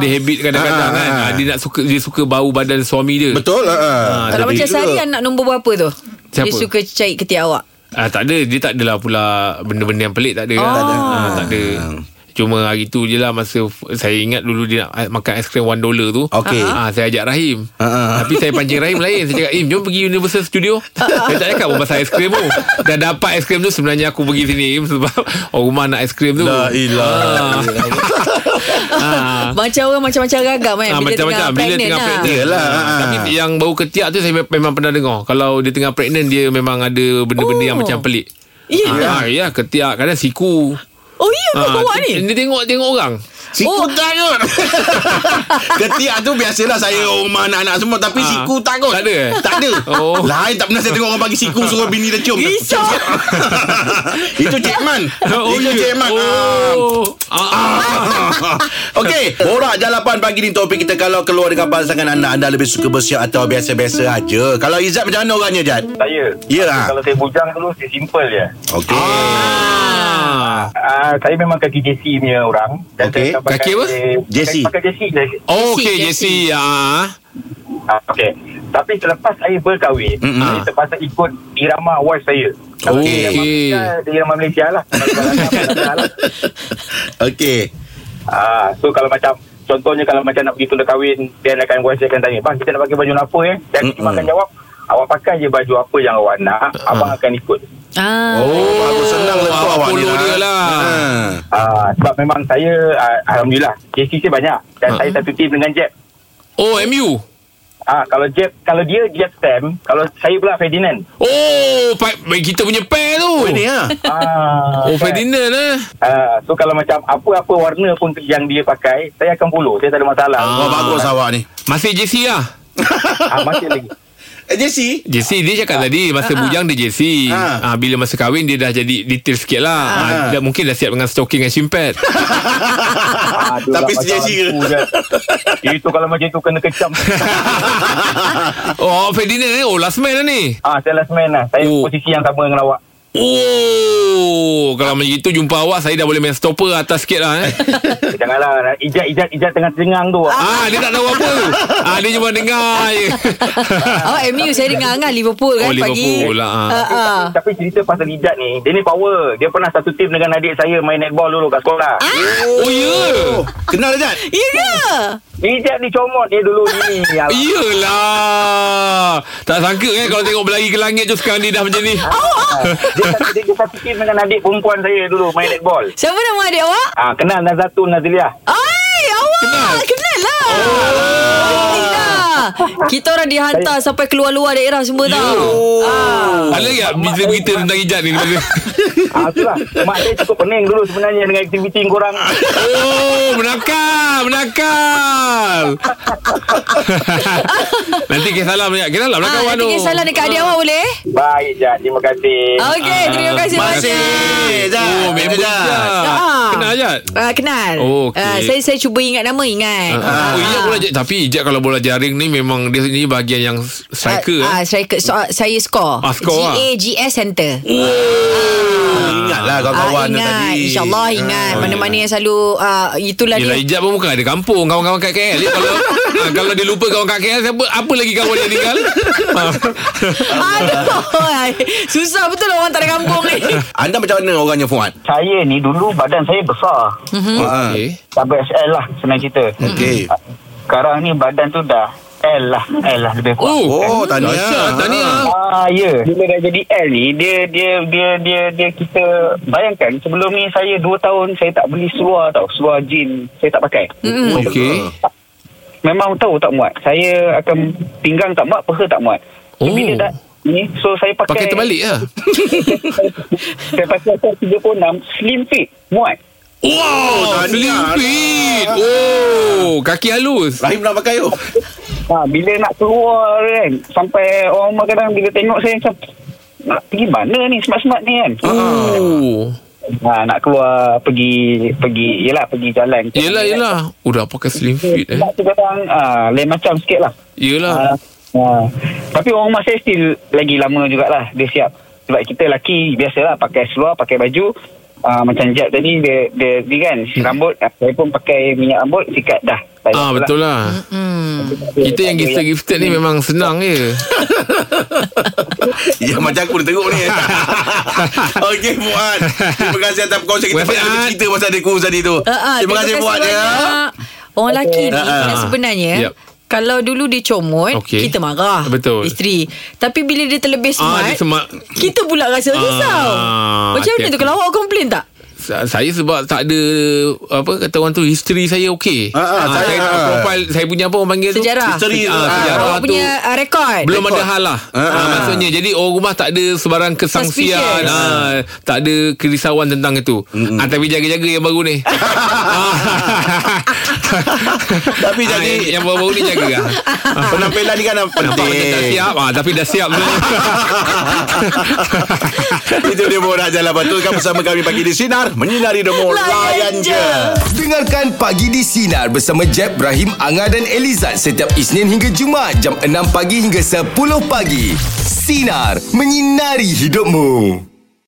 [SPEAKER 4] ada habit kadang-kadang
[SPEAKER 2] Ah.
[SPEAKER 4] kan ah, Dia nak suka Dia suka bau badan suami dia
[SPEAKER 2] Betul lah.
[SPEAKER 4] eh.
[SPEAKER 2] Ah,
[SPEAKER 3] Kalau
[SPEAKER 2] tapi
[SPEAKER 3] macam
[SPEAKER 2] juga-
[SPEAKER 3] Sari anak nombor berapa tu? Dia
[SPEAKER 4] Siapa?
[SPEAKER 3] suka cari ketiak awak.
[SPEAKER 4] Ah tak ada dia tak adalah pula benda-benda yang pelik tak ada. Oh. Ah tak ada. Cuma hari tu je lah masa f- saya ingat dulu dia nak makan aiskrim $1 tu.
[SPEAKER 2] Okey.
[SPEAKER 4] Ah saya ajak Rahim.
[SPEAKER 2] Ah, ah.
[SPEAKER 4] Tapi saya pancing Rahim lain. Saya cakap, "Im, jom pergi Universal Studio." saya tak cakap pun pasal aiskrim tu. Dah dapat aiskrim tu sebenarnya aku pergi sini Im sebab orang rumah nak aiskrim tu.
[SPEAKER 2] La ilaha
[SPEAKER 4] Ah.
[SPEAKER 3] Macam orang macam-macam ragam kan.
[SPEAKER 4] Ah,
[SPEAKER 3] bila
[SPEAKER 4] macam-macam
[SPEAKER 3] tengah
[SPEAKER 4] bila
[SPEAKER 3] pregnant
[SPEAKER 4] tengah
[SPEAKER 3] lah.
[SPEAKER 4] pregnant.
[SPEAKER 2] Yelah, ah.
[SPEAKER 4] Tapi yang bau ketiak tu saya memang pernah dengar. Kalau dia tengah pregnant dia memang ada benda-benda
[SPEAKER 3] Oh.
[SPEAKER 4] yang macam pelik.
[SPEAKER 3] Ya.
[SPEAKER 4] Ah, ya ketiak kadang siku.
[SPEAKER 3] Oh iya kau bawa ni.
[SPEAKER 4] Ah, Dia tengok tengok orang.
[SPEAKER 2] Siku
[SPEAKER 3] Oh.
[SPEAKER 2] tak kot Ketiak tu biasalah Saya orang rumah anak-anak semua Tapi
[SPEAKER 4] Ah.
[SPEAKER 2] siku tak kot
[SPEAKER 4] Tak ada, eh?
[SPEAKER 2] Tak ada
[SPEAKER 4] Oh.
[SPEAKER 2] Lain tak pernah saya tengok orang bagi siku Suruh bini dia cium
[SPEAKER 3] Risau.
[SPEAKER 2] Itu Cik Man Itu
[SPEAKER 4] ya.
[SPEAKER 2] Cik Man Ah.
[SPEAKER 4] Oh. Ah. ah.
[SPEAKER 2] Okey, borak jalapan pagi ni topik kita kalau keluar dengan pasangan anda anda lebih suka bersiap atau biasa-biasa aja. Kalau Izzat macam mana orangnya, Jad?
[SPEAKER 6] Saya
[SPEAKER 2] Ya lah.
[SPEAKER 6] Kalau saya bujang dulu Saya simple je
[SPEAKER 2] Okey.
[SPEAKER 4] Ah.
[SPEAKER 6] Ah, saya memang kaki JC punya orang dan
[SPEAKER 2] Okey.
[SPEAKER 6] saya akan pakai
[SPEAKER 4] Kaki apa?
[SPEAKER 2] JC.
[SPEAKER 6] Pakai JC saya.
[SPEAKER 4] Oh,
[SPEAKER 3] Jessie,
[SPEAKER 4] okey Jesse. Ah.
[SPEAKER 6] Ah, okey. Tapi selepas saya berkahwin,
[SPEAKER 2] Mm-mm.
[SPEAKER 6] saya terpaksa ikut irama wife saya. Kalau
[SPEAKER 2] Okey.
[SPEAKER 6] irama Malaysia, dia irama Malaysia lah. Kalau kalau irama Malaysia lah.
[SPEAKER 2] Okey.
[SPEAKER 6] Ah, so kalau macam contohnya kalau macam nak pergi tunda kahwin, dia akan wife saya akan tanya, "Bang, kita nak pakai baju apa eh?" Dan mm cuma
[SPEAKER 2] Mm-mm.
[SPEAKER 6] akan jawab, "Awak pakai je baju apa yang awak nak, abang akan ikut."
[SPEAKER 3] Ah.
[SPEAKER 2] Oh, bagus senang letak
[SPEAKER 4] awak
[SPEAKER 2] awak ni.
[SPEAKER 4] follow
[SPEAKER 2] Lah.
[SPEAKER 4] dia lah.
[SPEAKER 2] Ah.
[SPEAKER 6] Ah, sebab memang saya ah, alhamdulillah JC saya banyak dan saya satu team dengan Jeb.
[SPEAKER 4] Oh, MU.
[SPEAKER 6] Ah, kalau Jeb kalau dia Jeb Sam, kalau saya pula Ferdinand.
[SPEAKER 4] Oh, pa- kita punya pair tu.
[SPEAKER 2] Oh, ini ah.
[SPEAKER 6] Ah,
[SPEAKER 4] Oh,
[SPEAKER 6] kan?
[SPEAKER 4] Ferdinand eh.
[SPEAKER 6] Ah, so kalau macam apa-apa warna pun yang dia pakai, saya akan follow. Saya tak ada masalah.
[SPEAKER 2] Oh, bagus awak ni.
[SPEAKER 4] Masih JC lah.
[SPEAKER 6] Ah, masih lagi.
[SPEAKER 2] Eh, Jesse.
[SPEAKER 4] JC dia cakap tadi masa bujang dia JC.
[SPEAKER 2] Ah.
[SPEAKER 4] Ah. bila masa kahwin dia dah jadi detail sikit lah. Ah. dah, mungkin dah siap dengan stocking dan shin pad.
[SPEAKER 6] Ah, tu
[SPEAKER 2] Tapi
[SPEAKER 6] lah
[SPEAKER 2] sedia
[SPEAKER 6] masalah
[SPEAKER 2] sira.
[SPEAKER 6] aku je. Itu kalau macam tu kena kecam.
[SPEAKER 4] oh, Ferdinand ni. Oh, last man lah ni.
[SPEAKER 6] ah, saya last man lah. Saya
[SPEAKER 4] Oh.
[SPEAKER 6] posisi yang sama dengan awak.
[SPEAKER 4] Oh, kalau macam itu jumpa awak saya dah boleh main stopper atas sikit lah eh.
[SPEAKER 6] Janganlah ijat-ijat-ijat tengah tengang tu.
[SPEAKER 4] Ah, dia tak tahu apa tu. Ah, dia cuma dengar je.
[SPEAKER 3] Awak MU saya dengar Angah Liverpool kan
[SPEAKER 4] Oh, Liverpool
[SPEAKER 3] pagi.
[SPEAKER 4] lah.
[SPEAKER 3] Ah.
[SPEAKER 4] ah.
[SPEAKER 3] ah.
[SPEAKER 6] Tapi cerita pasal ijat ni, dia ni power. Dia pernah satu tim dengan adik saya main netball dulu kat sekolah.
[SPEAKER 4] Oh, ya.
[SPEAKER 2] Oh, kenal Jad?
[SPEAKER 3] Ya ke?
[SPEAKER 6] Ijat dicomot dia dulu ni. Alah.
[SPEAKER 4] Ya. Iyalah. Tak sangka kan kalau tengok berlari ke langit tu sekarang dia dah macam ni.
[SPEAKER 6] Ah, dia, satu- dia, dia satu tim dengan adik perempuan saya dulu main netball.
[SPEAKER 3] Siapa nama adik awak?
[SPEAKER 6] Ah, kenal Nazatul Nazliah.
[SPEAKER 3] Ai, awak kenal, lah.
[SPEAKER 4] Oh.
[SPEAKER 3] Baik lah. Kita orang dihantar sampai keluar-luar daerah semua
[SPEAKER 4] Ya.
[SPEAKER 3] tau.
[SPEAKER 4] Ada lagi tak berita-berita tentang hijab ni? daripada-
[SPEAKER 6] Ah, itulah. Mak saya cukup pening dulu sebenarnya dengan aktiviti korang.
[SPEAKER 4] Oh, menakal, menakal. Nanti kisah salam. Kisah salam lah
[SPEAKER 3] Ah,
[SPEAKER 4] kawan
[SPEAKER 3] nanti
[SPEAKER 4] tu.
[SPEAKER 3] kisah salah dekat adik awak boleh? eh?
[SPEAKER 6] Baik, Jad. Terima kasih.
[SPEAKER 4] Ah,
[SPEAKER 3] Okey, terima kasih
[SPEAKER 2] Masih.
[SPEAKER 3] banyak.
[SPEAKER 2] Jad.
[SPEAKER 4] Oh, member Jad.
[SPEAKER 3] Ah.
[SPEAKER 4] Kenal Jad?
[SPEAKER 3] Ah, kenal.
[SPEAKER 4] Okey.
[SPEAKER 3] Ah, saya saya cuba ingat nama ingat.
[SPEAKER 4] Ah. Oh, Ijat bola jaring. Tapi Ijat kalau bola jaring ni memang dia ni bahagian yang striker.
[SPEAKER 3] Ah, ah
[SPEAKER 4] eh.
[SPEAKER 3] striker. So, ah, saya skor.
[SPEAKER 4] Ah, skor lah.
[SPEAKER 3] GAGS Center.
[SPEAKER 2] Ingatlah
[SPEAKER 3] Ah,
[SPEAKER 2] kawan-kawan tu
[SPEAKER 3] ingat.
[SPEAKER 2] tadi.
[SPEAKER 3] InsyaAllah ingat. Mana-mana yang selalu ah, itulah
[SPEAKER 4] Ah, oh, Yelah
[SPEAKER 3] dia.
[SPEAKER 4] Ijat pun bukan ada kampung Kawan-kawan kat KL dia Kalau ha, kalau dia lupa kawan kat KL siapa, Apa lagi kawan yang tinggal
[SPEAKER 3] Ah,
[SPEAKER 4] ha.
[SPEAKER 3] Aduh. ai. Susah betul lah orang tak ada kampung ni.
[SPEAKER 2] Anda macam mana orangnya Fuad?
[SPEAKER 6] Saya ni dulu badan saya besar.
[SPEAKER 2] Ah.
[SPEAKER 4] okay.
[SPEAKER 6] WSL lah senang cerita. Ah,
[SPEAKER 2] Okey.
[SPEAKER 6] Sekarang ni badan tu dah L lah. L lah lebih kurang.
[SPEAKER 2] Oh,
[SPEAKER 3] Ya,
[SPEAKER 2] tahniah.
[SPEAKER 4] Dahsyat, Tahniah
[SPEAKER 6] Ah ya, bila dah jadi L ni dia dia dia dia dia kita bayangkan sebelum ni saya 2 tahun saya tak beli seluar tau, seluar jean saya tak pakai.
[SPEAKER 4] Okey.
[SPEAKER 6] Memang tahu tak muat. Saya akan pinggang tak muat, peha tak muat. So,
[SPEAKER 4] Oh.
[SPEAKER 6] Bila dah ni so saya
[SPEAKER 4] ah.
[SPEAKER 6] pakai
[SPEAKER 4] Pakai terbalik lah
[SPEAKER 6] Saya pakai size 36 Slim fit Muat
[SPEAKER 4] Wow,
[SPEAKER 2] tahniah.
[SPEAKER 4] selimpit. Oh, kaki halus.
[SPEAKER 2] Rahim nak pakai tu
[SPEAKER 9] Ha, bila nak keluar kan Sampai orang rumah kadang Bila tengok saya macam Nak pergi mana ni Smart-smart ni kan
[SPEAKER 4] Oh.
[SPEAKER 9] ha, Nak keluar Pergi Pergi Yelah pergi jalan
[SPEAKER 4] Yelah, yelah. Oh, dah pakai slim fit eh.
[SPEAKER 9] Tak tu kadang ha, Lain macam sikit lah
[SPEAKER 4] Yelah.
[SPEAKER 9] ha, ha. Tapi orang rumah saya still Lagi lama jugalah Dia siap Sebab kita lelaki Biasalah pakai seluar Pakai baju ha, Macam Jeb tadi Dia, dia, dia kan hmm. Rambut ah, Saya pun pakai minyak rambut Sikat dah Tak
[SPEAKER 4] Ah,
[SPEAKER 9] payah
[SPEAKER 4] betul lah. Kita yang gifted-gifted ni memang senang je.
[SPEAKER 2] Ya macam aku dah teruk ni Okey Fuad Terima kasih atas perkongsian kita
[SPEAKER 4] Terima kasih,
[SPEAKER 2] Banyak
[SPEAKER 4] Fuad.
[SPEAKER 2] cerita pasal dekurs tadi tu
[SPEAKER 3] Ah, ah,
[SPEAKER 2] Terima kasih Fuad ya
[SPEAKER 3] banyak. Orang lelaki ni
[SPEAKER 2] Ah, ah.
[SPEAKER 3] kan sebenarnya
[SPEAKER 4] Yep.
[SPEAKER 3] kalau dulu dia comot
[SPEAKER 4] Okey.
[SPEAKER 3] Kita marah
[SPEAKER 4] Betul.
[SPEAKER 3] Isteri Tapi bila dia terlebih smart,
[SPEAKER 4] Ah, dia smart. Ah,
[SPEAKER 3] Kita pula rasa risau Macam mana
[SPEAKER 4] hati-hati.
[SPEAKER 3] tu Kalau awak komplain tak?
[SPEAKER 4] Sa- saya sebab tak ada apa kata orang tu history saya okey.
[SPEAKER 2] Ah, ah, saya-
[SPEAKER 4] saya
[SPEAKER 2] ah.
[SPEAKER 4] profile saya punya apa orang panggil tu?
[SPEAKER 3] Sejarah.
[SPEAKER 2] History tu.
[SPEAKER 4] Ah,
[SPEAKER 2] Ah,
[SPEAKER 4] sejarah
[SPEAKER 3] Awak
[SPEAKER 4] tu.
[SPEAKER 3] punya uh, rekod
[SPEAKER 4] belum ada
[SPEAKER 2] Rekod.
[SPEAKER 4] halah.
[SPEAKER 2] Ah,
[SPEAKER 4] Ah,
[SPEAKER 2] ah.
[SPEAKER 4] maksudnya jadi orang rumah tak ada sebarang kesangsian.
[SPEAKER 3] Suspicious.
[SPEAKER 4] Ah, tak ada kerisauan tentang itu. Ah, tapi jaga-jaga yang baru ni. Ah. Ah,
[SPEAKER 2] Tapi jadi-
[SPEAKER 4] yang- yang baru-baru ni jaga. ah.
[SPEAKER 2] Penampilan ni kan
[SPEAKER 4] Nampak macam tak
[SPEAKER 2] penting
[SPEAKER 4] siap ah, Tapi dah siap sebenarnya
[SPEAKER 2] Itu dia Borak Jalan Patutkan bersama kami Pagi di Sinar Menyinari Demo Layan je
[SPEAKER 1] Dengarkan Pagi di Sinar bersama Jeb, Ibrahim, Anga dan Elizad setiap Isnin hingga Jumaat jam 6 pagi hingga 10 pagi. Sinar. Menyinari hidupmu.